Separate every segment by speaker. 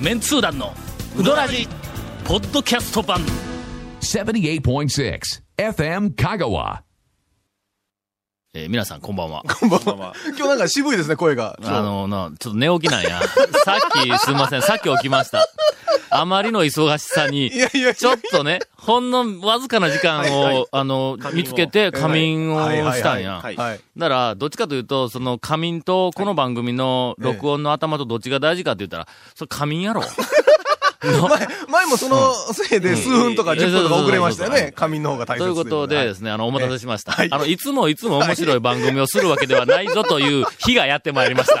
Speaker 1: メンツー団のウドラジポッドキャスト版
Speaker 2: 78.6 FM Kagawa.
Speaker 1: えー皆さんこんばんは
Speaker 3: 今日なんか渋いですね、声が。
Speaker 1: あのなちょっと寝起きなんや さっきすいませんさっき起きましたあまりの忙しさに
Speaker 3: いやいやいや
Speaker 1: ちょっとねほんのわずかな時間を、あの見つけて仮眠をしたんや、
Speaker 3: はい。はい
Speaker 1: だから、どっちかというと、その仮眠とこの番組の録音の頭とどっちが大事かって言ったら、それ仮眠やろ。
Speaker 3: 前、前もそのせいで数分とか
Speaker 1: うん
Speaker 3: 10分とか遅れましたよ
Speaker 1: そうそう
Speaker 3: ね。仮眠の方が大切
Speaker 1: ということで
Speaker 3: は
Speaker 1: で
Speaker 3: い
Speaker 1: すね、あの、お待たせしました。あの、いつもいつも面白い番組をするわけではないぞという日がやってまいりました。
Speaker 3: い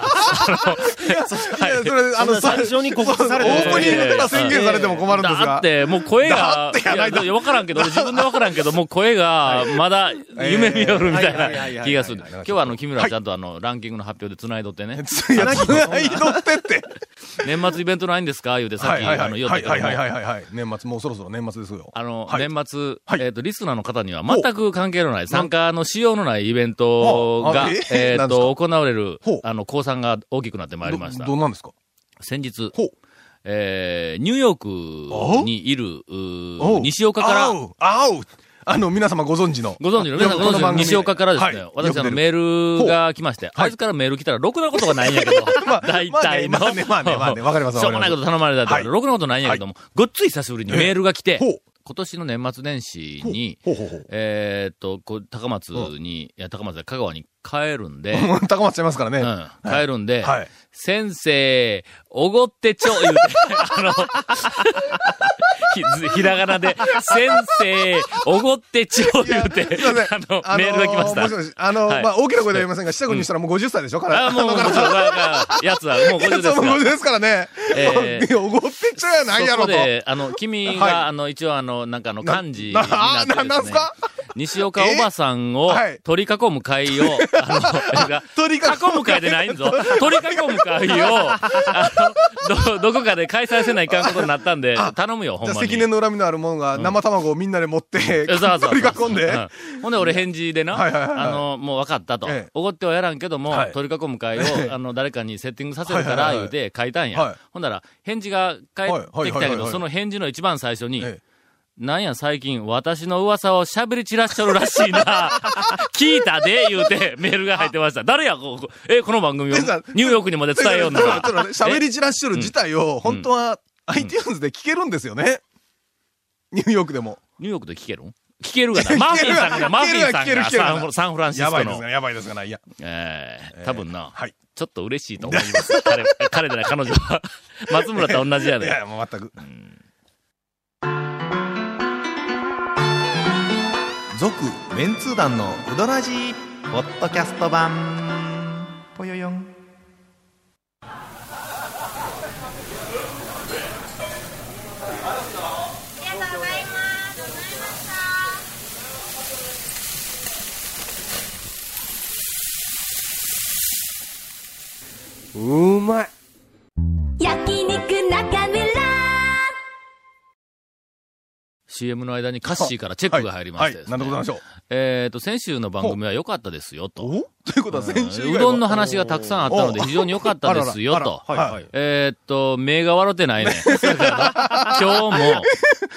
Speaker 3: や、それ、あの、
Speaker 4: 最初に告知され
Speaker 3: オ
Speaker 4: て
Speaker 3: ープニングから宣言されても困るんです
Speaker 1: だ
Speaker 3: が
Speaker 1: っ。て、もう声
Speaker 3: だ
Speaker 1: が
Speaker 3: っ、てやないと
Speaker 1: いやわからんけど、俺自分でわからんけど、もう声が、まだ、夢見よるみた
Speaker 4: はいはいはいはい
Speaker 1: いな
Speaker 4: はい
Speaker 1: 気がする。今日はあの、君らちゃんとあの、ランキングの発表で繋いどってね、
Speaker 3: いや、つないどってって。
Speaker 1: 年末イベントないんですか言うて さっ
Speaker 3: はい
Speaker 1: き、
Speaker 3: はい
Speaker 1: あ
Speaker 3: は
Speaker 1: の、
Speaker 3: い。
Speaker 1: 言っ
Speaker 3: は
Speaker 1: た
Speaker 3: い
Speaker 1: けど
Speaker 3: はいは
Speaker 1: も
Speaker 3: い。はいはい。年末、もうそろそろ年末ですよ。
Speaker 1: あの、
Speaker 3: はい
Speaker 1: 年末、
Speaker 3: はい
Speaker 1: えっ、と、リスナーの方には全く関係のない、参加のしようのないイベント
Speaker 3: ほう
Speaker 1: が
Speaker 3: あえ、
Speaker 1: えっ、
Speaker 3: なんです
Speaker 1: と、
Speaker 3: か
Speaker 1: 行われる
Speaker 3: ほう、
Speaker 1: あの、降参が大きくなってまいりまし
Speaker 3: ど、
Speaker 1: た
Speaker 3: ど。うなんですか
Speaker 1: 先日
Speaker 3: ほう、
Speaker 1: えー、ニューヨークにいる、う
Speaker 3: お
Speaker 1: ー
Speaker 3: う
Speaker 1: 西岡から
Speaker 3: あ、うあうあの、皆様ご存知の。
Speaker 1: ご存知の皆さん
Speaker 3: よく
Speaker 1: ご存
Speaker 3: この
Speaker 1: 知の
Speaker 3: 番組
Speaker 1: 西岡からですね、
Speaker 3: はい
Speaker 1: 私あの
Speaker 3: よく出る
Speaker 1: メールが来まして、あいつからメール来たら、ろくなことがないんやけど、 大体の。
Speaker 3: まあねまあねまあねわかります
Speaker 1: しょうもないこと頼まれたか
Speaker 3: は
Speaker 1: ら、
Speaker 3: い
Speaker 1: ろくなことないんやけども、ごっつい久しぶりにメールが来て、
Speaker 3: ほう
Speaker 1: 今年の年末年始に、
Speaker 3: ほうほうほう。
Speaker 1: えーっと、こう、高松に、いや、高松で香川に帰るん で、
Speaker 3: も う高まっちゃいますからね。
Speaker 1: うん、帰るんで、
Speaker 3: はい
Speaker 1: 先生、おごってちょ、言うて、あの、ひひらがなで、先生、おごってちょ、言うて、
Speaker 3: すいませ
Speaker 1: あ
Speaker 3: ん
Speaker 1: の、メールが来まし
Speaker 3: あ
Speaker 1: た
Speaker 3: のも。もしあの、
Speaker 1: はい
Speaker 3: まあ、大きな声では言いませんが、試着にしたらもう50歳でしょ、から。
Speaker 1: あ、 もう、もう、もう、やつはもう50です
Speaker 3: そう
Speaker 1: から
Speaker 3: 50。ですからね。
Speaker 1: えー
Speaker 3: おごってちゃやないや
Speaker 1: そこ
Speaker 3: ろと。
Speaker 1: で、あの、君
Speaker 3: はい
Speaker 1: が、あの、一応あの、なんかあの、
Speaker 3: な
Speaker 1: 漢字にな
Speaker 3: な
Speaker 1: って
Speaker 3: ななん
Speaker 1: ですすね
Speaker 3: か。
Speaker 1: 西岡おばさんを
Speaker 3: えはい
Speaker 1: 取り囲む会を、 あの、
Speaker 3: 取り囲
Speaker 1: 囲む会でないんぞ。取り囲む会を、あの、ど、どこかで開催せないかんことになったんで、頼むよ、ほ
Speaker 3: じ
Speaker 1: ん
Speaker 3: ゃあ
Speaker 1: まに。
Speaker 3: 積年の恨みのあるものが生卵をみんなで持って、
Speaker 1: えそうそう
Speaker 3: 取り囲んで。
Speaker 1: うんほんで、俺返事でな、
Speaker 3: はいはいはいはい
Speaker 1: あの、もう分かったと
Speaker 3: ええ。
Speaker 1: おごってはやらんけども
Speaker 3: は、い
Speaker 1: 取り囲む会を、あの、誰かにセッティングさせるか
Speaker 3: は
Speaker 1: ら、
Speaker 3: いはい
Speaker 1: 言
Speaker 3: は
Speaker 1: う
Speaker 3: い
Speaker 1: て書いたん
Speaker 3: はい
Speaker 1: や。ほんだら、返事が返ってき
Speaker 3: はいはいは
Speaker 1: た
Speaker 3: い
Speaker 1: け
Speaker 3: はい
Speaker 1: ど、
Speaker 3: はい
Speaker 1: その返事の一番最初に、
Speaker 3: ええ
Speaker 1: なんや最近、私の噂を喋り散らしとるらしい な。聞いたで、言うて、メールが入ってました。誰や、ここえ、この番組を、ニ
Speaker 3: えさ
Speaker 1: ューヨークにまで伝えような
Speaker 3: ちょっ
Speaker 1: ら
Speaker 3: と。待って喋り散らしとる自体を、本当は iTunes で聞けるんですよね。ニューヨークでも。
Speaker 1: ニューヨークで聞けるん聞けるがな。マーフィンさんが、マーフィンさ
Speaker 3: 聞
Speaker 1: ん
Speaker 3: ける
Speaker 1: が
Speaker 3: 聞ける
Speaker 1: サン、サンフランシス
Speaker 3: やば
Speaker 1: コ
Speaker 3: いです
Speaker 1: の
Speaker 3: が、。やばいですがない。いや。
Speaker 1: ええ多分な、
Speaker 3: はい
Speaker 1: ちょっと嬉しいと思い ます。彼、彼じゃない、彼女は。松村と同じや
Speaker 3: い
Speaker 1: で、
Speaker 3: や、もう全く。
Speaker 4: 続メンツー団のウドラジポッドキャスト版ぽよよん
Speaker 5: 焼肉中村
Speaker 1: CM の間にカッシーからチェックが入りまして
Speaker 3: は
Speaker 1: で
Speaker 3: い
Speaker 1: すね、
Speaker 3: なんでございましょう。
Speaker 1: えっ、と、先週の番組は良かったですよ、と。
Speaker 3: ということは先週以外
Speaker 1: う
Speaker 3: は
Speaker 1: どんの話がたくさんあったので、非常に良かったですよ、と。
Speaker 3: あらはいはい
Speaker 1: えーっと、目が笑ってない ね。それから今日も、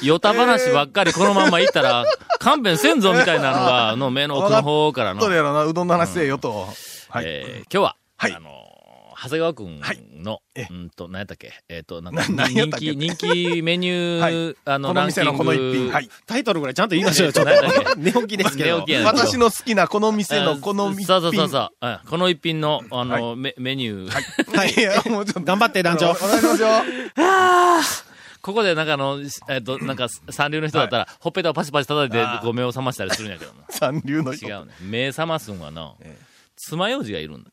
Speaker 1: ヨタ話ばっかりこのまんま行ったら、勘弁せんぞみたいなのが、あの目の奥の方からの
Speaker 3: どう、やろうな、うどんの話せえよと。はい。
Speaker 1: えー今日は、
Speaker 3: はい
Speaker 1: あのー、長谷川くん
Speaker 3: はい
Speaker 1: の、
Speaker 3: え
Speaker 1: うんと、何やったっけえっ、と、なんか、
Speaker 3: な何や
Speaker 1: 人
Speaker 3: ったっ
Speaker 1: 気、
Speaker 3: け
Speaker 1: 人気メニュー、
Speaker 3: は
Speaker 1: あの、
Speaker 3: こ
Speaker 1: ラ
Speaker 3: の
Speaker 1: ンキン
Speaker 3: 店
Speaker 1: グ。
Speaker 3: のこの一品。はい。
Speaker 4: タイトルぐらいちゃんと言いましょう よ、ちょっ
Speaker 1: えー
Speaker 4: と。寝起きですけど。
Speaker 1: 寝起きやね
Speaker 3: 私の好きなこの店のこの一品。
Speaker 1: そうそうそうそう。うんこの一品の、あの、メメニュー。
Speaker 3: はい。いや、もうち ょっ と。
Speaker 4: 頑張って、団長
Speaker 3: お。願いしますよ。
Speaker 1: ここで、なんかあの、しえっ、と、なんか、三流の人だったら、ほっぺたをパシパシ叩いて、ご目を覚ましたりするんやけどな。
Speaker 3: 三流の人。
Speaker 1: 違うね。目覚ますんはな、爪楊枝がいるんだ。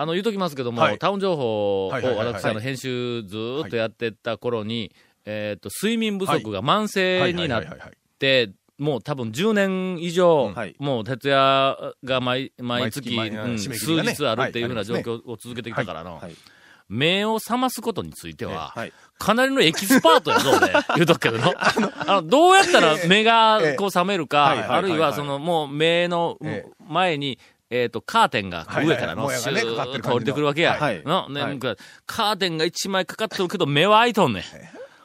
Speaker 1: あの、言うときますけども、
Speaker 3: はい
Speaker 1: タウン情報を
Speaker 3: はいはいはいはい
Speaker 1: 私、あの、編集ずーっとやってた頃に、えっと、睡眠不足が慢
Speaker 3: は
Speaker 1: 性
Speaker 3: いはい
Speaker 1: に
Speaker 3: は
Speaker 1: ないっ
Speaker 3: はい。
Speaker 1: て、もう多分10年以上、
Speaker 4: はい
Speaker 1: もう徹夜が毎毎
Speaker 3: 毎
Speaker 1: 月
Speaker 3: 月毎
Speaker 1: うん
Speaker 3: 締め切り
Speaker 1: 数
Speaker 3: がね
Speaker 1: 日あるっていう
Speaker 3: は
Speaker 1: ふう
Speaker 3: い
Speaker 1: な状
Speaker 3: あります
Speaker 1: 況を続けてきたからの、
Speaker 4: はい
Speaker 1: 目を覚ますことについては、
Speaker 4: はい
Speaker 1: かなりのエキスパートやぞ、 俺。言うとくけどな。あの、どうやったら目が
Speaker 3: ええ
Speaker 1: こう覚める
Speaker 3: ええはい
Speaker 1: か、
Speaker 3: はい
Speaker 1: あるい
Speaker 3: はい
Speaker 1: は
Speaker 3: はい
Speaker 1: そのもう目の
Speaker 3: ええ
Speaker 1: 前にえっ、と、カーテンがこう上からの、
Speaker 3: はいはい
Speaker 1: シ
Speaker 3: はい
Speaker 1: ュ
Speaker 3: もやが
Speaker 1: ーッ
Speaker 3: ねかかってる
Speaker 1: と
Speaker 3: 感じの
Speaker 1: 降りてくるわけや。
Speaker 4: はい
Speaker 1: のね
Speaker 3: はい
Speaker 1: カーテンが一枚かかっとるけど、目は開いとんねん。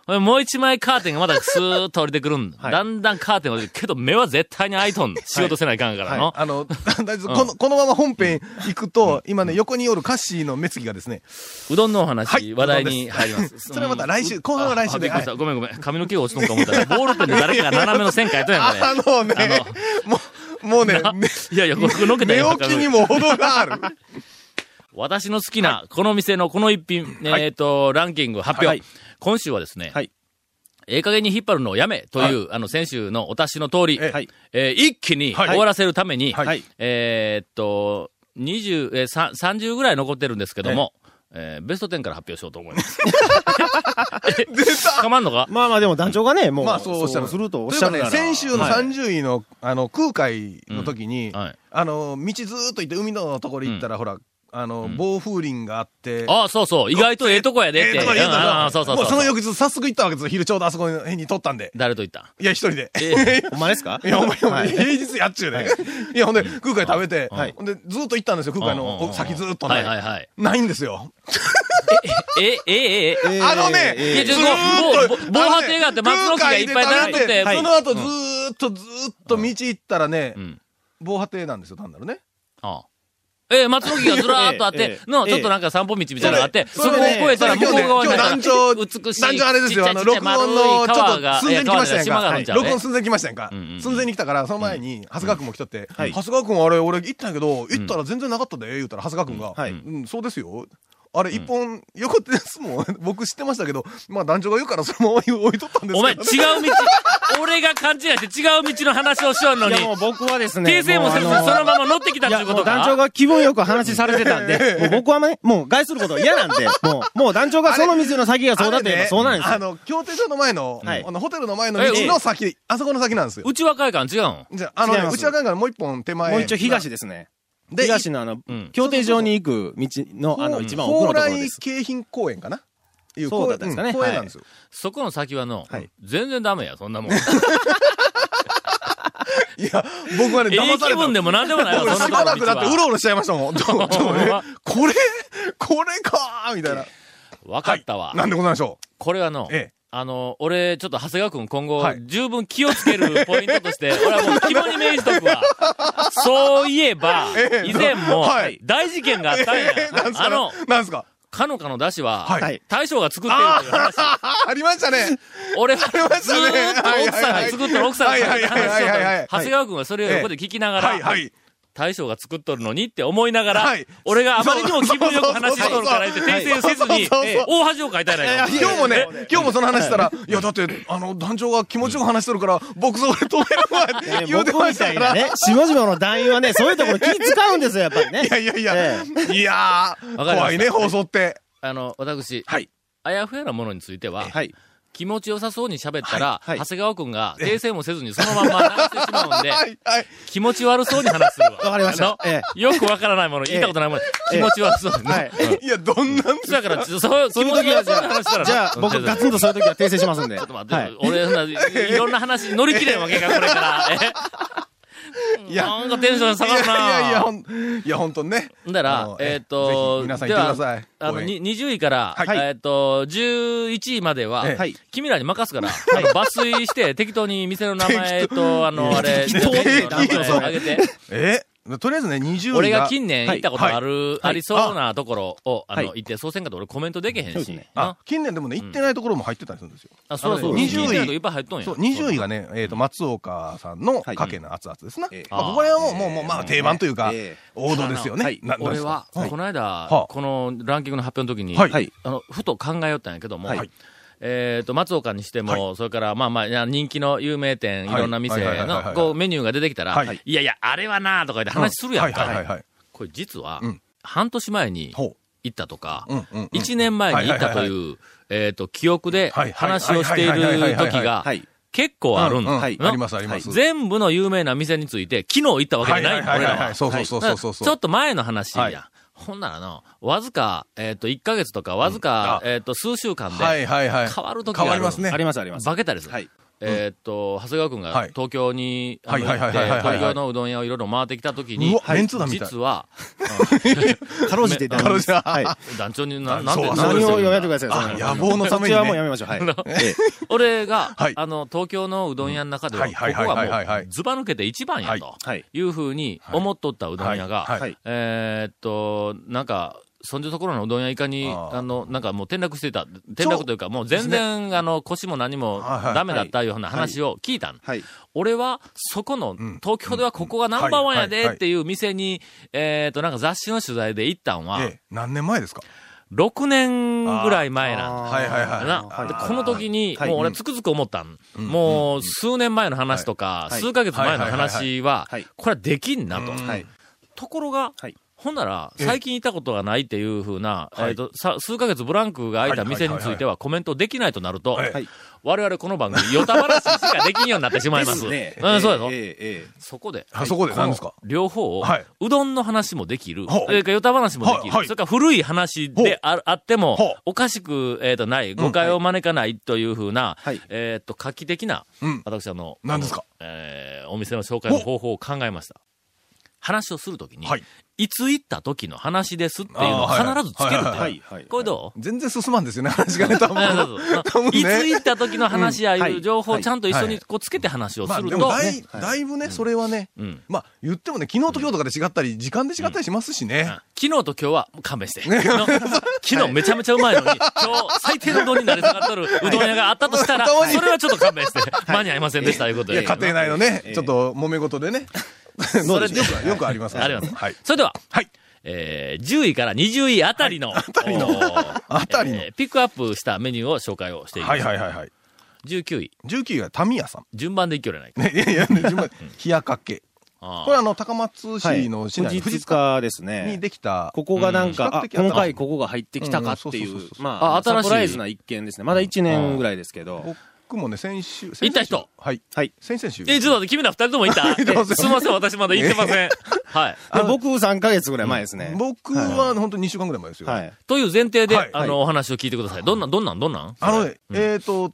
Speaker 1: ほいでもう一枚カーテンがまだスーッと降りてくるんだ。だんだんカーテンは降りてくるけど、目は絶対に開いとんねん。仕事せないかんからの。
Speaker 3: あ の、大丈夫ですこの、このまま本編行くと、今ね、横におるカッシーの目つきがですね、
Speaker 1: うどんのお話、
Speaker 3: はい
Speaker 1: 話題に入ります。
Speaker 3: それはまた来週後半は来週で
Speaker 1: ああびっくりしたごめんごめん。髪の毛が落ちとんか思ったら、ボールペンで誰かが斜めの線書いとんやん、これ。
Speaker 3: あのね、もう、もうね、
Speaker 1: あ
Speaker 3: ね
Speaker 1: いやいや、これ、のけたら
Speaker 3: 寝
Speaker 1: よかっ
Speaker 3: 起
Speaker 1: た
Speaker 3: きにも程 がある。
Speaker 1: 私の好きな、この店のこの一品、えっ、と、ランキング発表。今週はですね、
Speaker 4: はい
Speaker 1: ええ加減に引っ張るのをやめという、あの、先週のお達しの通り、
Speaker 3: え
Speaker 4: はい。
Speaker 1: えー一気に
Speaker 3: はい
Speaker 1: 終わらせるために、
Speaker 3: はい
Speaker 4: はい
Speaker 1: えーっと、20、えーさん30ぐらい残ってるんですけども、えーベスト10から発表しようと思います。かまんのか
Speaker 4: まあまあでも団長がね、もう、
Speaker 3: まあそうおっしゃる。
Speaker 4: するとおっしゃるなら。
Speaker 3: というかね、先週の
Speaker 4: はい
Speaker 3: 30位の、あの、空海の時に、
Speaker 1: うんはい
Speaker 3: あの、道ずーっと行って、海のところ行ったら、ほら、あの、暴風林があって、
Speaker 1: ああ、そうそう、意外とええとこやでって。
Speaker 3: ええとこ言うた
Speaker 1: あ
Speaker 3: ら
Speaker 1: あ、そうそう
Speaker 3: もうそ
Speaker 1: そ
Speaker 3: の
Speaker 1: う。
Speaker 3: 翌日早速行ったわけですよ。昼ちょうどあそこの辺に撮ったんで。
Speaker 1: 誰と言った
Speaker 3: いや、一人で。
Speaker 1: え
Speaker 4: お前ですか
Speaker 3: いや、お前、お
Speaker 4: は
Speaker 3: 前
Speaker 4: い
Speaker 3: 平日やっちゅうね。いや、ほんで、空海食べて、
Speaker 1: はい
Speaker 3: ほんで、ずーっと行ったんですよ、空海
Speaker 1: うんうんうん
Speaker 3: の先ずーっとね。
Speaker 1: はいはいはい。
Speaker 3: ないんですよ。
Speaker 1: え、え、え、え、え。
Speaker 4: えー
Speaker 3: あのね
Speaker 1: いや、
Speaker 4: え
Speaker 1: ちょ
Speaker 4: ー
Speaker 1: っ
Speaker 3: ずーっ
Speaker 1: と、ぼぼ
Speaker 3: と
Speaker 1: 防波堤があって、松の木がいっぱい並んでて、
Speaker 4: はい
Speaker 3: その後ずーっとずーっと道行ったらね、
Speaker 1: うん。
Speaker 3: 防波堤なんですよ、単なるね。
Speaker 1: ああええ、松の木がずらーっとあっ
Speaker 4: え
Speaker 1: て
Speaker 4: え、
Speaker 1: の、
Speaker 4: ええ
Speaker 1: ちょっとなんか散歩道みたいなのがあって、そ
Speaker 3: そ
Speaker 1: こ
Speaker 3: れ
Speaker 1: を越えたら向こう側に
Speaker 3: 今日
Speaker 1: なん
Speaker 3: 南
Speaker 1: か
Speaker 3: 朝、
Speaker 1: 美しい、
Speaker 3: 南朝あれですよ、あの、
Speaker 1: ちっちゃいちっちゃい
Speaker 3: 録音の、
Speaker 1: 丸い
Speaker 3: ちょ
Speaker 1: 川
Speaker 3: っ
Speaker 1: が
Speaker 3: と寸前に来ました
Speaker 1: いや
Speaker 3: や
Speaker 1: 川
Speaker 3: ん
Speaker 1: があ
Speaker 3: か。
Speaker 1: るん
Speaker 3: はい
Speaker 1: ちゃうね
Speaker 3: 録音寸前に来ましたやんか
Speaker 1: うんうんうん。
Speaker 3: 寸前に来たから、その前に、長谷川くんも来とって、
Speaker 4: はい
Speaker 3: 長谷川くんあれ、俺行ったんやけど、行ったら全然なかったで、言うたら、長谷川くんが、
Speaker 4: はい
Speaker 3: うん、そうですよ。あれ、一本、横手ですも ん。僕知ってましたけど、まあ、団長が言うから、そのまま置いとったんですけどね。
Speaker 1: お前、違う道、俺が勘違いして違う道の話をしようの
Speaker 4: い
Speaker 1: に
Speaker 4: や、もう僕はですね。
Speaker 1: 訂正もせず、そ
Speaker 4: あの
Speaker 1: のまま乗ってきたっ
Speaker 4: い
Speaker 1: てい
Speaker 4: や、
Speaker 1: うこ
Speaker 4: も
Speaker 1: と
Speaker 4: う団
Speaker 1: か
Speaker 4: 長。が気分よく話されてたん で、もう僕はね、もう害することは嫌なんで、もう、もう団長がその水の先がそうだと言えばそうなんです
Speaker 3: あ
Speaker 4: よ。
Speaker 3: の、競艇場の前の、
Speaker 4: はい
Speaker 3: あのホテルの前の道の先、あそこの先なんですよ。
Speaker 1: 内若い感違うん。あ
Speaker 3: じゃあ、あ
Speaker 4: 違
Speaker 3: の
Speaker 4: い
Speaker 3: ね、
Speaker 4: ます
Speaker 3: 内輪からもう一本手前。
Speaker 4: もう一応東ですね。
Speaker 3: で
Speaker 4: 東のあの
Speaker 1: うん、
Speaker 4: 競艇場に行く道の、あの、一番奥のところです。
Speaker 3: 高麗京浜公園かないう
Speaker 4: そうだったんですかね
Speaker 3: 公園うん公園なんですよ。
Speaker 1: そこの先はの
Speaker 4: はい、
Speaker 1: 全然ダメや、そ んなもん。
Speaker 3: いや、僕はね、
Speaker 1: ええ
Speaker 3: 騙さ
Speaker 1: 気
Speaker 3: れた
Speaker 1: 分。でもなんでもないわ、
Speaker 3: 俺
Speaker 1: そ
Speaker 3: し
Speaker 1: んな
Speaker 3: ば
Speaker 1: とこ
Speaker 3: ら
Speaker 1: の道
Speaker 3: くだってう
Speaker 1: は。
Speaker 3: ろうろしちゃいましたもん。どうどうえこれこれかーみたいな。
Speaker 1: わかったわ。
Speaker 3: なんでございましょ
Speaker 1: これはの、
Speaker 3: ええ
Speaker 1: あの、俺、ちょっと長谷川くん今後、
Speaker 3: はい
Speaker 1: 十分気をつけるポイントとして、 俺はもう肝に銘じとくわ。そういえば、
Speaker 3: ええ
Speaker 1: 以前も
Speaker 3: はい、
Speaker 1: 大事件があ
Speaker 3: う。
Speaker 1: ったんや。
Speaker 3: えーなんす
Speaker 1: あ
Speaker 3: か
Speaker 1: の、
Speaker 3: なんすか
Speaker 1: かのかの出汁は、
Speaker 3: はい
Speaker 4: はい
Speaker 1: 大将が作ってるという話。
Speaker 3: ありましたね。
Speaker 1: 俺は
Speaker 3: りまし
Speaker 1: ず
Speaker 3: た
Speaker 1: ーっ
Speaker 3: ね
Speaker 1: と奥さんが作ってる奥さんが作ってる話をし
Speaker 3: はいはいはいはいはいは
Speaker 1: た
Speaker 3: いはい
Speaker 1: 長谷川くんはそれを横で聞きながら、
Speaker 3: はいはい。
Speaker 1: 大将が作っとるのにって思いながら、
Speaker 3: はい
Speaker 1: 俺があまりにも気分よく話しとるから言って
Speaker 3: そうそう
Speaker 1: 訂
Speaker 3: そう
Speaker 1: 正せずに、
Speaker 3: そうそうそう
Speaker 1: 大恥をかいたやないか。
Speaker 3: 今日もね、今日もその話したら、いや、だって、あの、団長が気持ちよく話しとるから、僕それ止めるわっ
Speaker 4: え
Speaker 3: て
Speaker 4: ー
Speaker 3: 言うて
Speaker 4: 僕
Speaker 3: ま
Speaker 4: み
Speaker 3: した
Speaker 4: たい
Speaker 3: か
Speaker 4: な
Speaker 3: ら。い
Speaker 4: ね、下々の団員はね、そういうところ気使うんですよ、やっぱりね。
Speaker 3: やいやい
Speaker 4: え
Speaker 3: や、いやー、
Speaker 1: わかりました
Speaker 3: 怖いね、放送って。
Speaker 1: あの、私、
Speaker 3: はい
Speaker 1: あやふやなものについては、
Speaker 4: はい。
Speaker 1: 気持ちよさそうに喋ったら、
Speaker 4: はいはい
Speaker 1: 長谷川くんが訂正もせずにそのまんま流してしまうんで、
Speaker 3: はい、はい。
Speaker 1: 気持ち悪そうに話するわ。
Speaker 4: わかりました
Speaker 1: あの
Speaker 4: え
Speaker 1: よくわからないもの、言ったことないもの、気持ち悪そうに。
Speaker 4: はい
Speaker 1: うん
Speaker 3: いや、どんなん
Speaker 1: そやから、ちょそう、
Speaker 4: そういう時は、じゃあ、じゃあ、僕ガツンとそういう時は訂正しますんで。
Speaker 1: ちょっと待って、
Speaker 4: はい
Speaker 1: 俺そんな、いろんな話に乗り切れんわけか、これから。え
Speaker 3: いや
Speaker 1: なんかテンション下がるな。
Speaker 3: いやいやいや、ほん、いや、ほんとにね。
Speaker 1: だか
Speaker 3: あ
Speaker 1: ら
Speaker 3: の、
Speaker 1: えっ、
Speaker 3: ぜ
Speaker 1: と、
Speaker 3: ひ皆さん
Speaker 1: で
Speaker 3: 行って
Speaker 1: は
Speaker 3: ください。
Speaker 1: あの、
Speaker 3: 応援
Speaker 1: に20位から、
Speaker 3: はい
Speaker 1: えっ、と、11位までは、
Speaker 3: ええ
Speaker 4: はい
Speaker 1: 君らに任すから、あの抜粋して、適当に店の名前と、あの、あれ、
Speaker 4: 適当
Speaker 1: メニューの
Speaker 3: 適当
Speaker 1: 名前あげて、
Speaker 3: えとりあえずね、20位
Speaker 1: 俺が
Speaker 3: が。
Speaker 1: 近年行ったことある、
Speaker 4: はい
Speaker 1: ありそうなところを、あの、
Speaker 4: は
Speaker 1: 行って、そうせんかと俺コメントできへんし。
Speaker 4: そうですね
Speaker 1: あ
Speaker 3: あ、近年でもね、行ってないところも入ってたりするんですよ。
Speaker 1: あ、そうそう。
Speaker 3: あ
Speaker 1: 聞
Speaker 3: のね
Speaker 1: いてない
Speaker 3: 20位
Speaker 1: とこいっぱい入っとんや。
Speaker 3: そう、20位がね、えっと、松岡さんのかけの熱々ですな。
Speaker 4: ええ
Speaker 3: まあここら辺はもう、もう、まあ、定番というか
Speaker 4: ええ、
Speaker 3: 王道ですよ
Speaker 4: は
Speaker 3: ね
Speaker 4: い。
Speaker 3: な
Speaker 1: 俺は、
Speaker 3: なんです
Speaker 1: こ
Speaker 3: か
Speaker 1: の間、
Speaker 3: あ
Speaker 1: このランキングの発表の時に、
Speaker 3: はい
Speaker 4: はい。
Speaker 1: あの、ふと考えよったんやけども、
Speaker 4: はい
Speaker 1: えっ、と、松岡にしても、
Speaker 3: は
Speaker 1: それから、まあまあいや、人気の有名店、い
Speaker 3: はい
Speaker 1: ろんな店
Speaker 3: はいはいはいはいは
Speaker 1: の、
Speaker 3: い
Speaker 1: こう、メニューが出てきたら、
Speaker 3: はいい、
Speaker 1: やいや、あれはなあとか言って話するやんか。
Speaker 3: はいはいはいはい。
Speaker 1: これ実は、
Speaker 3: うん
Speaker 1: 半年前に
Speaker 3: ほ
Speaker 1: 行ったとか、
Speaker 3: う。うんうんうん。
Speaker 1: 1年前に行ったと
Speaker 3: はいはい
Speaker 1: いう、えっと、記憶で
Speaker 3: はいはい
Speaker 1: 話をしている時が
Speaker 4: はい。
Speaker 1: 結構あるん
Speaker 3: うんうん
Speaker 1: だ
Speaker 3: はい。
Speaker 1: な
Speaker 3: ありますあります
Speaker 1: 全部の有名な店について、昨日行ったわけじ
Speaker 3: は
Speaker 1: ゃ
Speaker 3: い
Speaker 1: な
Speaker 3: はいい
Speaker 1: んだ、俺
Speaker 3: はい
Speaker 1: ら
Speaker 3: はいは。。
Speaker 1: はい
Speaker 3: そうそうそうそうそう。
Speaker 1: ちょっと前の話や。
Speaker 3: はい
Speaker 1: ほんならの、わずか、えっ、と、1ヶ月とか、わずか、
Speaker 3: う
Speaker 1: えっ、と、数週間で、
Speaker 3: はいはいはい。
Speaker 1: 変わる時がある
Speaker 3: 変わりますね
Speaker 4: あ。りますあります。
Speaker 1: 化けたりする。
Speaker 4: はい。
Speaker 1: えーっと、長谷川くんが
Speaker 3: はい
Speaker 1: 東京に、あの
Speaker 3: はい
Speaker 1: 行
Speaker 3: は
Speaker 1: っ
Speaker 3: い
Speaker 1: て、
Speaker 3: はいはいはいはい
Speaker 1: 東京のうどん屋をいろいろ回ってきたとき
Speaker 3: う
Speaker 1: に
Speaker 3: わ、メンツ団みたい
Speaker 1: 実は、
Speaker 6: かろうじて
Speaker 3: かろうじて
Speaker 6: はい。
Speaker 1: 団長にな、
Speaker 3: あ
Speaker 1: なんで、
Speaker 3: そう
Speaker 1: なんで
Speaker 6: 何
Speaker 1: そう
Speaker 6: を
Speaker 1: 言う
Speaker 6: や
Speaker 1: んだ
Speaker 6: めてください。
Speaker 3: あ野望のためにね
Speaker 6: そっちはもうやめましょう。はい。ええ
Speaker 1: 俺が、
Speaker 3: はい
Speaker 1: あの、東京のうどん屋の中では、
Speaker 3: はい
Speaker 1: こ
Speaker 3: はい
Speaker 1: こ
Speaker 3: はいはいはい
Speaker 1: は
Speaker 3: は
Speaker 1: も、
Speaker 3: いう
Speaker 1: ずば抜けて一番やと、
Speaker 6: はい。
Speaker 1: いうふうに思っとったうどん屋が、
Speaker 3: はいはい
Speaker 1: えーっと、なんか、そんじょそころのうどん屋いかに、
Speaker 3: あ
Speaker 1: あ
Speaker 3: ー
Speaker 1: の、なんかもう転落してた。転落というか、もう全然、あの、腰も何も
Speaker 3: はいはい
Speaker 1: ダメだったいうような話を聞いたの。
Speaker 6: はい。
Speaker 1: 俺は、そこの
Speaker 3: ん、
Speaker 1: 東京ではここがナンバーワンや
Speaker 3: はい
Speaker 1: で
Speaker 3: はいはい
Speaker 1: っていう店に、えーっと、なんか雑誌の取材で行ったんは、
Speaker 3: ええ、何年前ですか
Speaker 1: 6年ぐらい前なんだ
Speaker 6: あー
Speaker 3: はいはいはい
Speaker 1: な、
Speaker 6: はい
Speaker 1: で
Speaker 6: はい
Speaker 1: この時に、
Speaker 6: はい
Speaker 1: もう俺つくづく思ったん、もう数年前の話とか、
Speaker 6: はい
Speaker 1: 数ヶ月前の話は
Speaker 6: はいはいはいはい、
Speaker 1: これはできんなと。
Speaker 6: はい。
Speaker 1: ところが、
Speaker 6: はい
Speaker 1: ほんなら、
Speaker 3: え
Speaker 1: 最近行ったことがないっていうふうな、
Speaker 3: は
Speaker 1: え
Speaker 3: い
Speaker 1: っと、さ数ヶ月ブランクが空いた店につ
Speaker 3: はいはいい
Speaker 1: て
Speaker 3: はい
Speaker 1: はコメントできないとなると、
Speaker 3: はい
Speaker 6: はい
Speaker 1: 我々この番組、ヨタ話しかできんようになってしまい ます。
Speaker 6: ですね
Speaker 1: うん、そうやぞ。
Speaker 6: ええええ
Speaker 1: そこで、
Speaker 3: あそこで何ですか
Speaker 1: 両方を、
Speaker 3: はいう
Speaker 1: どんの話もできる、
Speaker 3: ほう
Speaker 1: それからヨタ話もできる、
Speaker 3: はいはい
Speaker 1: それから古い話でああっても
Speaker 3: ほう、
Speaker 1: おかしく、えー、とない、誤解を招かないというふうな、
Speaker 6: はい
Speaker 1: えっ、と、画期的な、
Speaker 3: うん
Speaker 1: 私、あの、
Speaker 3: 何ですか
Speaker 1: あのえーお店の紹介の方法を考えました。話をするときに、
Speaker 3: はいい、
Speaker 1: つ行った時の話ですっていうのを
Speaker 3: あーはい
Speaker 1: 必ずつけるって、
Speaker 3: はい
Speaker 6: はい。はい。
Speaker 1: これどう、
Speaker 3: 全然進まんですよね、話がね、多分。
Speaker 1: あそうそう
Speaker 3: 多分
Speaker 1: いつ
Speaker 3: ね
Speaker 1: 行った時の話や
Speaker 6: うんはい
Speaker 1: いう情報を
Speaker 6: はい
Speaker 1: ちゃんと一緒にこうつけて話を
Speaker 3: ますあ、
Speaker 1: る
Speaker 3: で
Speaker 1: と、
Speaker 3: もだい、
Speaker 6: はい
Speaker 3: だいぶね、それはね、
Speaker 1: うん
Speaker 3: まあ、言ってもね、昨日と今日とかで違ったり、時間で違ったりしますしね。
Speaker 1: 昨日と今日はもう勘弁して。 昨日昨日めちゃめちゃうまいのに、今日最低のうどんになり下がっ とるうどん屋があったとしたら、
Speaker 3: はい
Speaker 1: それはちょっと勘弁して。間に合いませんでした、ということ
Speaker 3: いや、
Speaker 1: で。
Speaker 3: 家庭内のね、
Speaker 6: ええ
Speaker 3: ちょっと揉め事でね。
Speaker 1: それで
Speaker 3: よく、よくありますから
Speaker 1: あります
Speaker 3: はい。
Speaker 1: それでは、
Speaker 3: はい
Speaker 1: えー、10位から20位あたりの、あたりの、
Speaker 3: あたりの
Speaker 1: えーピックアップしたメニューを紹介をしています。
Speaker 3: はいはいはいはい。
Speaker 1: 19位、
Speaker 3: 19位はタミヤさん。
Speaker 1: 順番でいきよれないか。
Speaker 3: ね、いやいや、ね、自分、冷やかけ。
Speaker 1: あ
Speaker 3: これあの、高松市の市内の富
Speaker 6: 富士
Speaker 3: 士塚
Speaker 6: 塚ですね
Speaker 3: に。できた、
Speaker 6: ここがなん
Speaker 3: うん
Speaker 6: か、
Speaker 3: 比較
Speaker 6: あ
Speaker 3: 的新しい
Speaker 6: 今回ここが入ってきたかってい
Speaker 3: うんそううそうそう、そう
Speaker 6: まあ、
Speaker 1: あ新しい
Speaker 6: サプライズな一件ですね。まだ1年ぐらいですけど。
Speaker 3: 僕もね、先週、
Speaker 1: 行った人
Speaker 3: 先々週はい。
Speaker 6: はい。
Speaker 3: 先々週。
Speaker 1: え、ちょっと待って、君ら二人ともいた
Speaker 3: いてますよ
Speaker 1: すみません、私まだ行って ません。はい。
Speaker 6: 僕3ヶ月ぐらい前ですね。
Speaker 3: 僕は本当に2週間ぐらい前ですよ。
Speaker 6: はい。
Speaker 1: という前提で、
Speaker 3: はい
Speaker 1: あの、お話を聞いてください。どんなん、どんなん、どんなん
Speaker 3: あのね、
Speaker 1: うん
Speaker 3: えっ、と、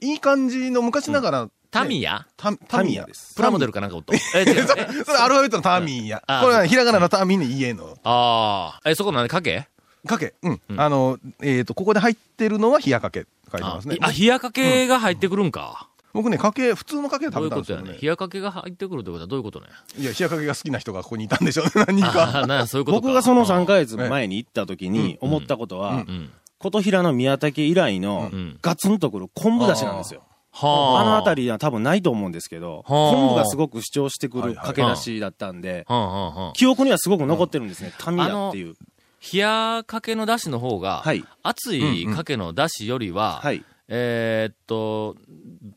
Speaker 3: いい感じの昔ながら、
Speaker 1: タミヤ
Speaker 3: タ
Speaker 6: タ
Speaker 3: タ
Speaker 6: ミ
Speaker 3: ミ
Speaker 6: ヤ
Speaker 3: ヤ
Speaker 6: で。す。
Speaker 1: プラモデルかなんかおっと。え、違う。え
Speaker 3: それアルファベットのタミヤ。
Speaker 1: あ
Speaker 3: これはひらがなのタミに家の。
Speaker 1: ああ。え、そこ何かけ
Speaker 3: かけ。うん。
Speaker 1: ん
Speaker 3: あの、えっ、と、ここで入ってるのは冷やかけって書いて
Speaker 1: あ
Speaker 3: ますね、。
Speaker 1: あ冷やかけが入ってくるんか。
Speaker 3: 僕ね、かけ、普通のかけで
Speaker 1: どう
Speaker 3: 食
Speaker 1: い
Speaker 3: べ
Speaker 1: うこ
Speaker 3: たんです
Speaker 1: と
Speaker 3: よ
Speaker 1: やね。
Speaker 3: ね。
Speaker 1: 冷やかけが入ってくるってことはどういう ことね。
Speaker 3: いや、冷やかけが好きな人がここにいたんでしょうね、 何人か。
Speaker 1: ああ、な、そういうことか。
Speaker 6: 僕がその3ヶ月前に行った時に思ったことは、
Speaker 1: うん。
Speaker 6: 琴平の宮武以来の
Speaker 1: うん
Speaker 6: ガツンとくる昆布だしなんですよ。
Speaker 1: は
Speaker 6: あのあた
Speaker 1: り。
Speaker 6: りは多分ないと思うんですけど、
Speaker 1: はあ
Speaker 6: 昆布がすごく主張してくるかけ出しだったんで、
Speaker 1: はんはんはん。
Speaker 6: 記憶にはすごく残ってるんですね。タミヤっていう。
Speaker 1: 冷やかけの出汁の方が、
Speaker 6: はい
Speaker 1: 熱いかけの出汁よりは、
Speaker 6: はい。
Speaker 1: えーっと、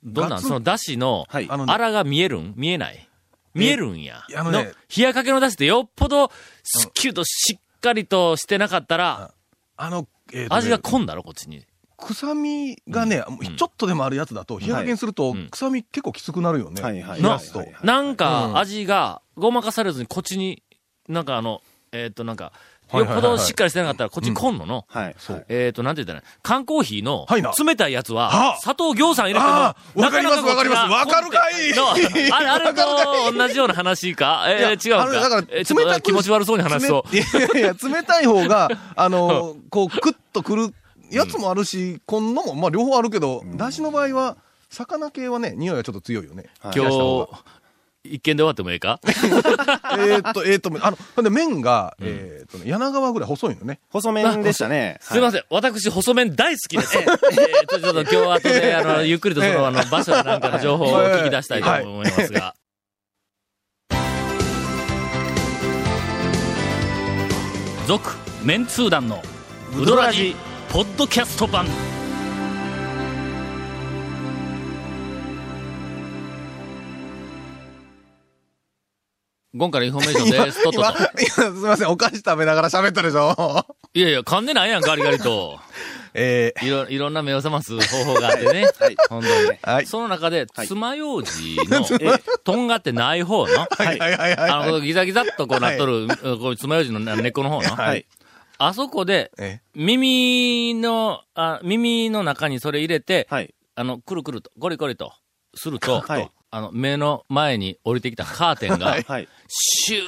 Speaker 1: どんな
Speaker 3: ガ
Speaker 1: ん
Speaker 3: ツン
Speaker 1: その出汁の、
Speaker 6: はい。
Speaker 3: あのね
Speaker 1: あらが見えるん見えない見えるんや。
Speaker 3: いやあのね
Speaker 1: 冷やかけの出汁ってよっぽど、すっきりとしっかりとしてなかったら、
Speaker 3: あの、えーとね
Speaker 1: 味が混んだろ、こっちに。
Speaker 3: 臭みがね、もうちょっとでもあるやつだと、冷やかけにすると
Speaker 1: うん、
Speaker 3: 臭み結構きつくなるよね。
Speaker 6: はいはい
Speaker 3: 冷やすと
Speaker 6: な。はい
Speaker 1: なん
Speaker 3: う
Speaker 1: か
Speaker 3: ん
Speaker 1: 味がごまかされずにこっちに、なんかあの、えっ、となんか、
Speaker 3: はい
Speaker 1: よっ
Speaker 3: はいはいは
Speaker 1: ぽど
Speaker 3: い
Speaker 1: しっかりしてなかったらこっちに来んのの、
Speaker 6: はい。
Speaker 3: そう
Speaker 1: えっ、と、なんて言ったらいい、缶コーヒーの
Speaker 3: はいな
Speaker 1: 冷たいやつは
Speaker 3: はあ、
Speaker 1: 砂糖餃子入れても、
Speaker 3: ああわかります
Speaker 1: なな
Speaker 3: わかりますわかるかい
Speaker 1: こっちがのあれ、あれと同じような話かえー
Speaker 3: いや
Speaker 1: 違うん
Speaker 3: あ
Speaker 1: か
Speaker 3: のだから、
Speaker 1: えーちょっと気持ち悪そうに話しそう。
Speaker 3: 冷 いやいや、冷たい方が、あの、こう、クッとくるやつもあるし、こんなもん、まあ、両方あるけど、だしの場合は、魚系はね、匂いはちょっと強い よね。
Speaker 6: はい
Speaker 1: 今
Speaker 6: 冷やした
Speaker 1: 日
Speaker 6: 方、
Speaker 1: 一見で終わってもええか
Speaker 3: えーっと、えーっと、あの、ほんで麺が、えーっとね、柳川ぐらい細いのね。
Speaker 6: 細麺でしたね。
Speaker 1: すいま
Speaker 6: ん。
Speaker 1: せん。私、細麺大好きです。えーちょっとちょっと今日は後で、あの、ゆっくりとそ
Speaker 3: え
Speaker 1: の、
Speaker 3: え
Speaker 1: あの、場所やなんかの情報を聞き出したいと思いますが。続、メンツー団の、ウドラジ、ポッドキャスト版。ゴンからインフォメーションです。とっと
Speaker 3: 今、
Speaker 1: と
Speaker 3: 今。すみません、お菓子食べながら喋ったでしょ。
Speaker 1: いやいや、噛んでないやん、ガリガリと。
Speaker 3: え
Speaker 1: いろ、いろんな目を覚ます方法があってね。
Speaker 6: はい。
Speaker 1: 本当にね。
Speaker 3: ー、はい。
Speaker 1: その中で、
Speaker 6: はい
Speaker 1: 爪楊枝 の、
Speaker 6: えー
Speaker 1: とんがってない方の、
Speaker 6: はい
Speaker 3: はいはいはい
Speaker 1: あ
Speaker 3: は
Speaker 1: の、
Speaker 3: い。
Speaker 1: ギザギザっとこうなっとる、こう爪楊枝の根っこの方の、
Speaker 6: はい。
Speaker 1: あそこで、
Speaker 3: え
Speaker 1: 耳の、あ耳の中にそれ入れて、
Speaker 6: はい。
Speaker 1: あの、くるくると、ゴリゴリと、すると、
Speaker 6: はい
Speaker 1: あの、目の前に降りてきたカーテンが、
Speaker 6: はい。
Speaker 1: シューッ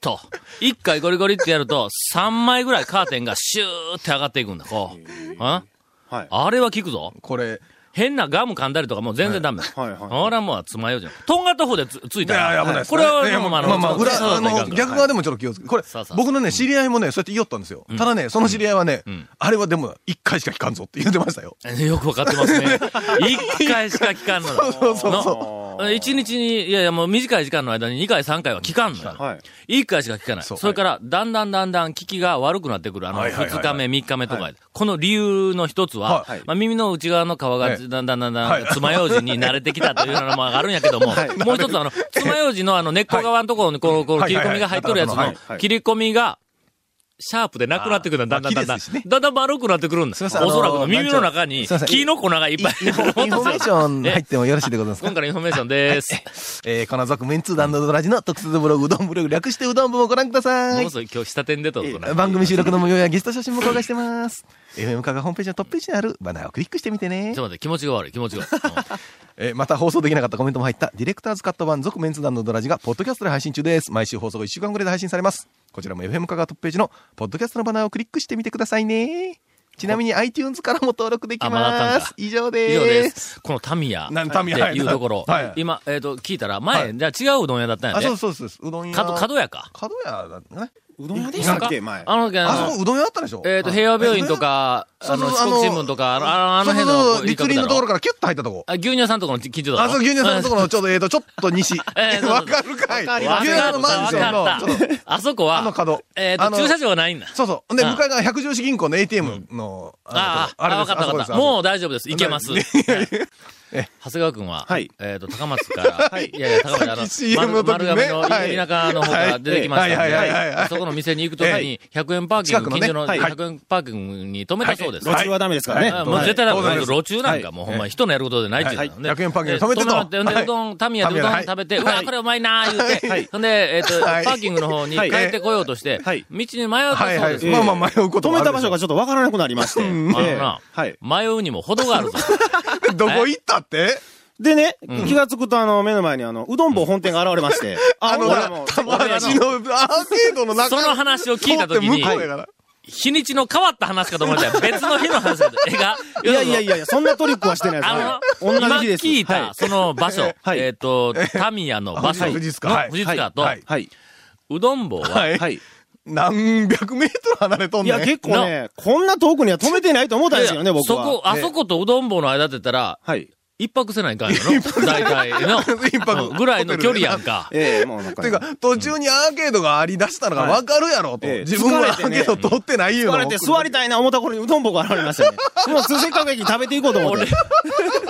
Speaker 1: と、一回ゴリゴリってやると、三枚ぐらいカーテンがシューって上がっていくんだ、こう。あ
Speaker 6: はい。
Speaker 1: あれは効くぞ。
Speaker 3: これ、
Speaker 1: 変なガム噛んだりとかもう全然ダメ。
Speaker 6: はいはいはい
Speaker 1: ほらもうつまようじゃん。とんがった方でつついたら。
Speaker 3: いやいや危ないです
Speaker 1: これは
Speaker 3: ね
Speaker 1: もう
Speaker 3: ま
Speaker 1: あ
Speaker 3: あ
Speaker 1: の、
Speaker 3: まあ、
Speaker 1: ちょっと刺
Speaker 3: 裏、
Speaker 1: さ
Speaker 3: あ
Speaker 1: ないかん
Speaker 3: の
Speaker 1: と、
Speaker 3: 逆側でもちょっと気をつけて。これ
Speaker 1: そうそ、う
Speaker 3: 僕のね、知り合いもね、そうやって言おったんですよ。ただね、その知り合いはね
Speaker 1: ん、
Speaker 3: あれはでも、一回しか聞かんぞって言ってましたよ。
Speaker 1: えよくわかってますね。一回しか聞かんのだ。
Speaker 3: そうそうそう。
Speaker 1: の一日に、いやいやもう短い時間の間に二回三回は聞かんのよ。
Speaker 6: はい。
Speaker 1: 一回しか聞かない。そ
Speaker 3: そう
Speaker 1: れから、だんだんだんだん聞きが悪くなってくる。あの、
Speaker 3: はいはいはい
Speaker 1: 二日目、三日目とかで、この理由の一つは、
Speaker 3: はい
Speaker 1: まあ、耳の内側の皮が
Speaker 3: え
Speaker 1: だ
Speaker 3: え
Speaker 1: んだんだんだん
Speaker 3: はい
Speaker 1: 爪楊枝に慣れてきたというのもあるんやけども、もう一つあの、爪楊枝のあの根っこ側のところにこう、こう
Speaker 3: はい
Speaker 1: 切り込みが入っとるやつ
Speaker 3: はいは
Speaker 1: の
Speaker 3: い
Speaker 6: は、い
Speaker 1: 切り込みが、シャープでなくなってくるんだ、だんだんだんだ
Speaker 3: まあ
Speaker 1: ん
Speaker 3: 木ですしね。
Speaker 1: だんだん丸くなってくるんだ。
Speaker 3: すい
Speaker 1: お
Speaker 3: ませんあの
Speaker 1: そらくの耳の中
Speaker 3: な
Speaker 1: に
Speaker 3: んちゅうすいません
Speaker 1: 木の粉がいっぱい。
Speaker 3: インフォインフォメーション入ってもよろしいでございますか
Speaker 1: 今回のインフォメーションです。
Speaker 3: えー、金沢区メンツー団のドラジの特設ブログ、うどんブログ、略してうどん部もご覧くださ
Speaker 1: も
Speaker 3: い
Speaker 1: の。すごい今日下店でとるとな。
Speaker 3: 番組収録の模様やゲスト写真も公開してます。FM カがホームページのトップページにあるバナーをクリックしてみてね
Speaker 1: ちょっと。待って、気持ちが悪い、気持ちが悪い。うん
Speaker 3: えーまた放送できなかったコメントも入った、ディレクターズカット版続メンツ団のドラジが、ポッドキャストで配信中です。毎週放送後1週間ぐらいで配信されます。こちらも FM カがトップページの、ポッドキャストのバナーをクリックしてみてくださいね。ちなみに iTunes からも登録でき
Speaker 1: あまだあった
Speaker 3: ま
Speaker 1: んだ
Speaker 3: す。以上
Speaker 1: 以
Speaker 3: で
Speaker 1: 上
Speaker 3: す。
Speaker 1: です。このタミヤっ
Speaker 3: なんタミ
Speaker 1: て
Speaker 3: ヤ
Speaker 1: いうところ
Speaker 3: はい、
Speaker 1: 今、えっと、聞いたら、前、
Speaker 3: は
Speaker 1: じゃあ違ううどん屋だったんや
Speaker 3: あ、
Speaker 1: で
Speaker 3: そう。ですそうです。うどん屋。
Speaker 1: 角、角屋か。
Speaker 3: 角屋だね。
Speaker 6: うどん屋でしたっけ前。
Speaker 1: あの、あ
Speaker 3: あ
Speaker 1: の
Speaker 3: そこうどん屋あったでしょ
Speaker 1: えっと、平和病院とか、
Speaker 3: そ
Speaker 1: あ
Speaker 3: うそ
Speaker 1: の、
Speaker 3: う
Speaker 1: 四国新聞とか、あのあのあの
Speaker 3: そう
Speaker 1: 辺
Speaker 3: そうそ
Speaker 1: の
Speaker 3: う
Speaker 1: 一
Speaker 3: 立
Speaker 1: 角だろ。
Speaker 3: 林のところからキュッと入ったとこ。
Speaker 1: あ、牛乳屋さんとこの近所だ
Speaker 3: あ、
Speaker 1: ろ。
Speaker 3: そう、牛乳さんのところのちょうど、えっと、ちょっと西。
Speaker 1: えーそう
Speaker 3: わかるかい
Speaker 1: うん
Speaker 3: 牛
Speaker 1: わか
Speaker 3: 乳屋のマンショ
Speaker 1: っ
Speaker 3: ン
Speaker 1: た、わか
Speaker 3: の、ちょ
Speaker 1: っ
Speaker 3: っと
Speaker 1: た。あそこは、
Speaker 3: あの角
Speaker 1: えっと
Speaker 3: あ、の
Speaker 1: 駐車場はないんだ。
Speaker 3: そうそう。で、
Speaker 1: うん
Speaker 3: 向かい側百条市銀行の ATM の、
Speaker 1: ああ、あ、わかったわかった。もう大丈夫です。いけます。はい長谷川君は、
Speaker 6: はい
Speaker 1: えっと、高松 から、いやいや、高松あ
Speaker 3: さっき CM の
Speaker 1: の、丸
Speaker 3: 時ね
Speaker 1: 丸亀の
Speaker 3: はい
Speaker 1: 田舎の方から出てきましたん
Speaker 3: はいはいはいはいは
Speaker 1: で
Speaker 3: い、
Speaker 1: そこの店に行くとき
Speaker 3: は
Speaker 1: に、100円パーキン
Speaker 3: 近
Speaker 1: グ、
Speaker 3: くのね
Speaker 1: 近所の
Speaker 3: はい
Speaker 1: 100円パーキングに止めたそうです。
Speaker 6: 路中はダメですからね。
Speaker 1: あもう絶対だ
Speaker 3: はい
Speaker 1: め、
Speaker 3: はい
Speaker 1: 路中なんかもうほんま人のやることでないっていうのね。
Speaker 3: はい100円パーキングで止めてと
Speaker 1: で止まって、
Speaker 3: は
Speaker 1: で
Speaker 3: いう
Speaker 1: どん、タミヤでうどん
Speaker 3: タミヤで
Speaker 1: 食べて、うわ、これうまいなー言う
Speaker 6: は
Speaker 1: て
Speaker 6: い、
Speaker 1: ほんで、えっと、パ
Speaker 3: はい
Speaker 1: ーキングの方に帰ってこようとして、道
Speaker 6: はい
Speaker 1: に迷うたそう
Speaker 3: はいは
Speaker 1: です
Speaker 3: い。。まあまあ迷うこと
Speaker 6: 止
Speaker 3: もある
Speaker 6: めた場所が
Speaker 3: で
Speaker 6: ちょっとわからなくなりまして。ええ
Speaker 1: な
Speaker 6: はい。
Speaker 1: 迷うにも程があるぞ。
Speaker 3: しょどこ行ったって
Speaker 6: でね、気がつくとあの、目の前にあの、うどん坊本店が現れまして。
Speaker 3: あの、
Speaker 6: ほんな
Speaker 3: た
Speaker 6: ら
Speaker 3: ま
Speaker 6: もう
Speaker 3: ちのアーケードの中
Speaker 1: その話を聞いたときに
Speaker 3: 通って向、こうやから
Speaker 1: 日にちの変わった話かと思ったら別の日の話だった。えが、
Speaker 6: いやいやいやいや、そんなトリックはしてないです。
Speaker 1: あ
Speaker 6: は
Speaker 1: の、
Speaker 6: い同
Speaker 1: 今
Speaker 6: じ日です。
Speaker 1: 聞い
Speaker 6: は
Speaker 1: た、その場所、
Speaker 6: はい
Speaker 1: えっと、タミヤの場所、
Speaker 3: はい
Speaker 1: の
Speaker 3: 藤塚はい
Speaker 1: 藤塚と、
Speaker 3: はい
Speaker 6: はい。
Speaker 1: うどん坊は、
Speaker 3: はい
Speaker 6: はい。
Speaker 3: 何百メートル離れとん
Speaker 6: い
Speaker 3: ね
Speaker 6: や、
Speaker 3: ん。
Speaker 6: 結構ね、こんな遠くには止めてないと思ったんですよ
Speaker 1: いや
Speaker 6: ね、
Speaker 1: いや
Speaker 6: 僕
Speaker 1: そ
Speaker 6: は。
Speaker 1: こ、あ
Speaker 6: ね
Speaker 1: そことうどん坊の間って言ったら、
Speaker 6: はい。
Speaker 1: 一泊せないかんやろ大体の。
Speaker 3: 一泊
Speaker 1: うんぐらいの距離やんか。
Speaker 6: ええ、もうなんか
Speaker 3: ていうか、途中にアーケードがありだしたのが分かるやろと。
Speaker 6: はいええ
Speaker 3: 自分はア
Speaker 6: 疲れて
Speaker 3: ー
Speaker 6: ね
Speaker 3: ケード通ってないよ。
Speaker 6: 疲れて座りたいな思った頃にうどんぼが現れま したね。もう通船各駅食べていこうと思って。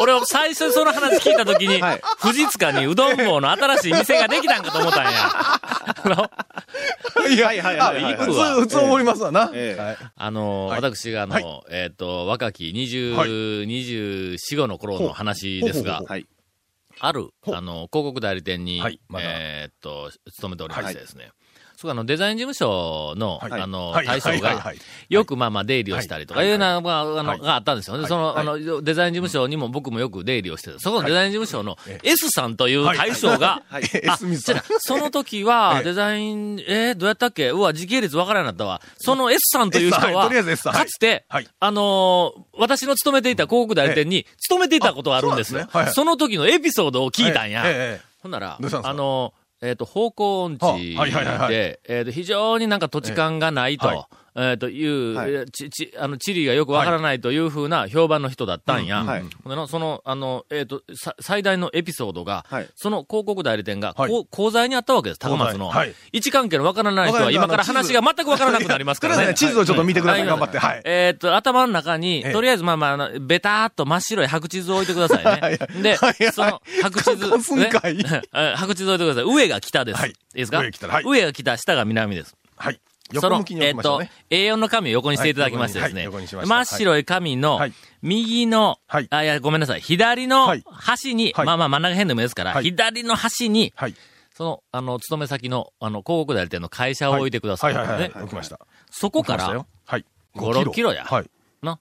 Speaker 1: 俺は最初にその話聞いたときに、
Speaker 6: はい
Speaker 1: 藤塚にうどん坊の新しい店ができたんかと思ったんや。あの
Speaker 3: いや、
Speaker 6: はいはいはいはい
Speaker 3: あ普通、普通思いますわな。
Speaker 6: ええ
Speaker 3: はい
Speaker 1: あの、
Speaker 3: はい
Speaker 1: 私があの、
Speaker 3: はい
Speaker 1: えっ、と、若き20、
Speaker 3: はい
Speaker 1: 24、5の頃の話ですが
Speaker 3: ほうほうほう、
Speaker 6: はい。
Speaker 1: ある、
Speaker 3: ほう
Speaker 1: あの、広告代理店に、
Speaker 3: はいまだ
Speaker 1: えっと、勤めておりましてですね。そうあの、デザイン事務所の、
Speaker 3: はい
Speaker 1: あの、
Speaker 3: はい
Speaker 1: 大将
Speaker 3: はいはい
Speaker 1: が
Speaker 3: はい、
Speaker 1: よくまあまあ出入りをしたりとか、、
Speaker 3: はいいうは
Speaker 1: よう
Speaker 3: い
Speaker 1: な、まあ、あの、
Speaker 3: はい
Speaker 1: があったんですよね。その、
Speaker 3: はい
Speaker 1: あの、デザイン事務所にも僕もよく出入りをしてた。そこのデザイン事務所の S さんという大将が、
Speaker 6: はい。
Speaker 3: え
Speaker 1: あ
Speaker 3: すみ
Speaker 1: じゃ
Speaker 3: さん
Speaker 1: あ。その時は、
Speaker 3: ええ
Speaker 1: デザイン、えー、どうやったっけうわ、時系列わからんようになったわ。その S さんという人
Speaker 3: S さんはい
Speaker 1: は、
Speaker 3: とりあえず S さんはい
Speaker 1: かつて、
Speaker 3: はい
Speaker 1: あのー私の勤めていた広告代理店に勤めていたことがあるんですよ。
Speaker 3: あ
Speaker 1: そ
Speaker 3: そうなんです
Speaker 1: の時のエピソードを聞いたんや。
Speaker 3: ええええ
Speaker 1: ほんなら
Speaker 3: どうしたん、ですか
Speaker 1: あのーえっ、と、方向音痴で、
Speaker 3: はあはいはいはいはい
Speaker 1: えっ、と、非常になんか土地感がない
Speaker 3: ええはい
Speaker 1: と、えっ、という、
Speaker 6: は
Speaker 1: え
Speaker 6: い
Speaker 1: ーち、ち、あの、地理がよくわからないというふうな評判の人だったんや。
Speaker 6: うんはい
Speaker 1: ほんでなその、あの、えっ、と、さ最大のエピソードが、
Speaker 6: はい
Speaker 1: その広告代理店が、
Speaker 3: はい
Speaker 1: こう口座にあったわけです、高松の。
Speaker 3: 口座にはい
Speaker 1: 位置関係のわからない人は
Speaker 3: わかりました
Speaker 1: 今から
Speaker 3: あの
Speaker 1: 話
Speaker 3: 地
Speaker 1: が
Speaker 3: 図
Speaker 1: 全くわからなくなりますから
Speaker 3: とりあえず
Speaker 1: ね
Speaker 3: ね。地図をちょっと見てください。
Speaker 1: はい
Speaker 3: 頑張って。はい。
Speaker 1: えーっと、頭の中に、
Speaker 3: ええ
Speaker 1: とりあえず、まあまああの、ベターっと真っ白い白地図を置いてくださいね。
Speaker 3: はいはい
Speaker 1: で、
Speaker 3: はいはい
Speaker 1: その白地
Speaker 3: かかす
Speaker 1: 図、
Speaker 3: ん
Speaker 1: ね
Speaker 3: かい
Speaker 1: え白地図置いてください。上が北です。
Speaker 3: はい
Speaker 1: いですか
Speaker 3: 上が北はい
Speaker 1: 上が北、下が南です。
Speaker 3: はい。
Speaker 1: そ
Speaker 3: 横
Speaker 1: の
Speaker 3: 向きに置きましょうね。
Speaker 1: えっ、と、A4 の紙を横にしていただきましてです
Speaker 3: はい
Speaker 1: ね。
Speaker 3: 横にはい横にしました
Speaker 1: 真っ白い紙の
Speaker 3: はい、
Speaker 1: 右の、
Speaker 3: はい
Speaker 1: あ、いや、ごめんなさい、左の
Speaker 3: はい
Speaker 1: 端に、
Speaker 3: はい
Speaker 1: まあまあ真ん中辺でもいいですから、
Speaker 3: はい
Speaker 1: 左の端に、
Speaker 3: はい。
Speaker 1: その、あの、勤め先の、あの、広告代理店の会社を置いてください。
Speaker 3: はいはいはい
Speaker 1: ね
Speaker 3: はい。置きました。
Speaker 1: そこか
Speaker 3: 置きました
Speaker 1: ら
Speaker 3: よ、はい。
Speaker 1: 5 6キロや
Speaker 3: はい。
Speaker 1: な、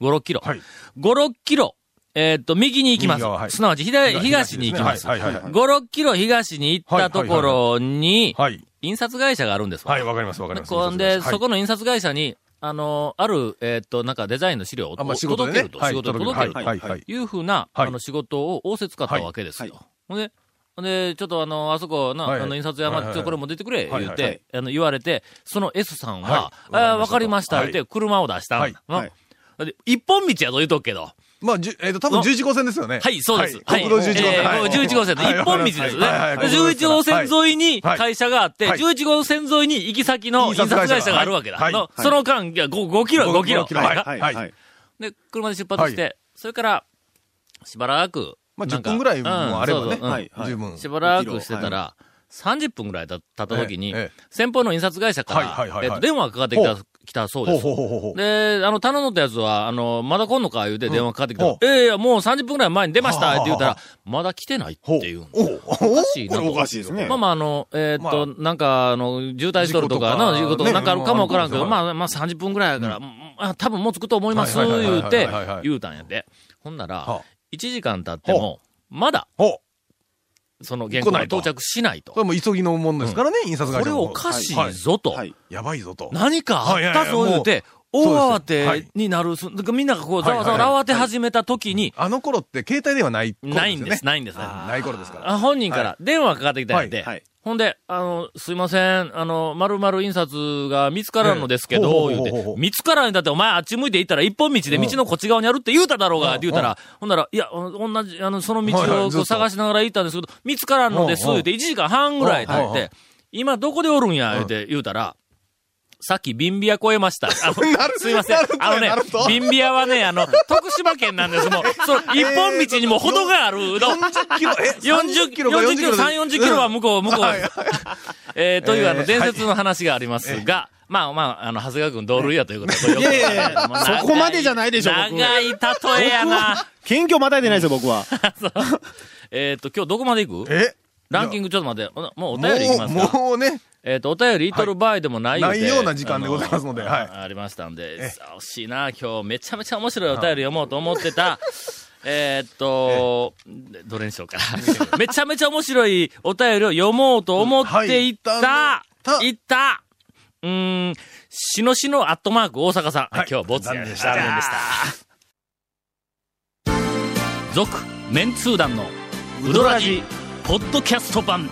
Speaker 1: 5、6キロ。
Speaker 3: はい
Speaker 1: 5、6キロ、えーっと、右に行きます。
Speaker 3: 右側はい
Speaker 1: すなわち左、東に行きます。
Speaker 3: はいはいはい。
Speaker 1: 5、6キロ東に行ったところに、
Speaker 3: はい。
Speaker 1: 印刷会社があるんですわ。
Speaker 3: はい、わかりますわかります。
Speaker 1: こんで、
Speaker 3: はい
Speaker 1: そこの印刷会社に、あの、ある、えーっと、なんかデザインの資料を、
Speaker 3: あまあ仕事
Speaker 1: 届
Speaker 3: で
Speaker 1: け
Speaker 3: ね
Speaker 1: ると。仕事で届けると。
Speaker 3: はいはいはいはい。
Speaker 1: いうふうな、
Speaker 3: はい
Speaker 1: あの仕事を仰せつかったわけですよ。ほんで、ほんで、ちょっとあの、あそこな、
Speaker 3: はい
Speaker 1: あの、印刷屋
Speaker 3: はい
Speaker 1: ま
Speaker 3: は
Speaker 1: で、
Speaker 3: いはい
Speaker 1: ちょこれも出てくれ、
Speaker 3: は
Speaker 1: 言う
Speaker 3: いはいは
Speaker 1: て、あの、言われて、その S さんは
Speaker 3: は、
Speaker 1: あ
Speaker 3: い
Speaker 1: ーわかりました、
Speaker 3: は
Speaker 1: 言
Speaker 3: いう
Speaker 1: て、車を出した
Speaker 3: はい
Speaker 1: ん。な
Speaker 6: はい
Speaker 1: で一本道やと言うとくけど。
Speaker 3: まあ、じゅえっと、多分11号線ですよね。
Speaker 1: はい、そうです。は。
Speaker 3: はいい国道11号
Speaker 1: えー
Speaker 3: 線。はい
Speaker 1: 11号線で、
Speaker 3: はい
Speaker 1: 一本道ですよね。
Speaker 3: はいはいはい
Speaker 1: 11号線沿いに
Speaker 3: はい
Speaker 1: 会社があって、
Speaker 3: はい
Speaker 1: 11号線沿いに行き先の印刷
Speaker 3: 印刷
Speaker 1: 会
Speaker 3: 会社
Speaker 1: 社
Speaker 3: が
Speaker 1: があるわけだ。
Speaker 3: はい
Speaker 1: のその間、いや 5, キロ、5キロ。
Speaker 3: 5キロはい
Speaker 1: な
Speaker 6: はい。
Speaker 3: は
Speaker 6: はいい。
Speaker 1: で、車で出発して、それから、しばらく、
Speaker 3: まあ、
Speaker 1: なん
Speaker 3: 10
Speaker 1: か
Speaker 3: 分ぐらいもあれば
Speaker 1: うんそう
Speaker 3: ね
Speaker 1: そううん
Speaker 6: はいはい
Speaker 3: 十分。
Speaker 1: しばらくしてたら、30分ぐらいたった時に
Speaker 3: ええええ、
Speaker 1: 先方の印刷会社か
Speaker 3: はいはいはい
Speaker 1: ら、
Speaker 3: は
Speaker 1: え
Speaker 3: い
Speaker 1: っと電話がかかってきた
Speaker 3: ほ
Speaker 1: 来たそう
Speaker 3: ほう
Speaker 1: です
Speaker 3: ほ。うほうほうほう。
Speaker 1: で、あの、頼んどったやつは、あの、まだ来んのか言うて電話かかってきた
Speaker 3: ほう
Speaker 1: ら、ええいや、もう30分ぐらい前に出ました
Speaker 3: はあ
Speaker 1: って言うたら
Speaker 3: は、
Speaker 1: まだ来てないっ
Speaker 3: ほう
Speaker 1: ていうん。
Speaker 3: おお
Speaker 1: おかしいなと。
Speaker 6: おかしいですね。
Speaker 1: まあまあ、あの、えーっと、
Speaker 3: ま
Speaker 1: なんか、あの、渋滞しとるとか、
Speaker 3: 事故とか
Speaker 1: な、いうこと、
Speaker 3: ね
Speaker 1: なんかあるかもわからんけど、
Speaker 3: うん
Speaker 1: まあ、まあ30分ぐらいやから、うんあ多分もう着くと思います、
Speaker 3: はいはいはいは
Speaker 1: 言
Speaker 3: いう
Speaker 1: て
Speaker 3: はいはい、
Speaker 1: 言うたんやで。ほんなら
Speaker 3: はあ、
Speaker 1: 1時間経っても、まだ、
Speaker 3: ほう。
Speaker 1: その原稿が
Speaker 3: 来ないと
Speaker 1: 到着しないと。
Speaker 3: これもう急ぎのもんですからね、印刷
Speaker 1: こ
Speaker 3: 会社
Speaker 1: れ
Speaker 3: も
Speaker 1: おかしいぞと。
Speaker 6: はい。
Speaker 3: やばいぞと。
Speaker 1: 何かあったぞ
Speaker 3: はいはいはい
Speaker 1: 言うて、大
Speaker 3: もう
Speaker 1: 慌
Speaker 3: そう
Speaker 1: て
Speaker 3: です
Speaker 1: になる、そだからみんながこう、ざわざわ
Speaker 3: はいはいは
Speaker 1: 慌て始めた時に、
Speaker 3: あの頃って携帯ではない頃よね
Speaker 1: ないんです、。ないんです。
Speaker 3: ない頃ですから。
Speaker 1: あ本人から電話かかってきたんやで、
Speaker 3: はい
Speaker 6: はい
Speaker 1: ほんで、あの、すいません、あの、まるまる印刷が見つからんのですけ
Speaker 3: ええ
Speaker 1: ど、
Speaker 3: ほう
Speaker 1: 言
Speaker 3: ほ
Speaker 1: う
Speaker 3: うほうほう
Speaker 1: て、見つからんだってお前あっち向いて行ったら一本道で道のこっち側にあるって言うただろうが、って言うたら、ほんなら、いや、同じ、あの、その道
Speaker 3: はいは
Speaker 1: を
Speaker 3: いず
Speaker 1: こ
Speaker 3: っ
Speaker 1: う
Speaker 3: と
Speaker 1: 探しながら行ったんですけど、見つからんのです、
Speaker 3: うんう
Speaker 1: 言
Speaker 3: ん
Speaker 1: うて、1時間半ぐらい経
Speaker 3: う
Speaker 1: っ
Speaker 3: んうん
Speaker 1: て、今どこでおるんや、言うて、言うたら、さっきビンビア越えました。あの
Speaker 3: なる
Speaker 1: すいません
Speaker 3: なる。とや
Speaker 1: あのね
Speaker 3: なると、
Speaker 1: ビンビアはね、あの、徳島県なんです。もう、そう、一本道にも程がある。
Speaker 3: 40キロ、え
Speaker 1: 40
Speaker 3: ?40
Speaker 1: キ
Speaker 3: キ
Speaker 1: ロ、
Speaker 3: ロ
Speaker 1: 40キロ、3、40キロは向こう、向こう。 えーという、あ
Speaker 3: え
Speaker 1: の、
Speaker 3: ー
Speaker 1: 伝説の話がありますが、まあまあ、あの、長谷川君同類やということで。
Speaker 6: いやい やいや
Speaker 1: もう長
Speaker 6: そこまでじゃないでしょ僕
Speaker 1: 長い例えやな。
Speaker 6: 謙虚またいでないですよ、僕は。
Speaker 1: えっと、今日どこまで行く
Speaker 3: え
Speaker 1: ランキングちょっと待って、おもうお
Speaker 3: も
Speaker 1: 便り行きます
Speaker 3: う、
Speaker 1: か。
Speaker 3: もうね、
Speaker 1: えっと、お便りいとる場合でもないようで
Speaker 3: ないような時間でございますので
Speaker 1: あ
Speaker 3: はい
Speaker 1: ありましたんで、さあ惜しいな、今日めちゃめちゃ面白いお便り読もうと思って た。えーっと、どれにしようかな。 めちゃめちゃ面白いお便りを読もうと思っていった、
Speaker 3: は
Speaker 1: い
Speaker 3: い
Speaker 1: った、うーん、しのしのアットマーク大阪さん。
Speaker 3: はい
Speaker 1: 今日ボツや
Speaker 3: 残念でした
Speaker 1: 残念でした。続、メンツー団のウドラジ、ポッドキャスト版。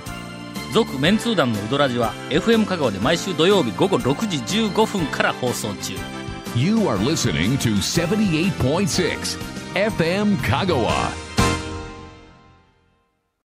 Speaker 1: 続メンツー団のウドラジは FM 香川で毎週土曜日午後6時15分から放送中
Speaker 2: You are listening to 78.6 FM Kagawa.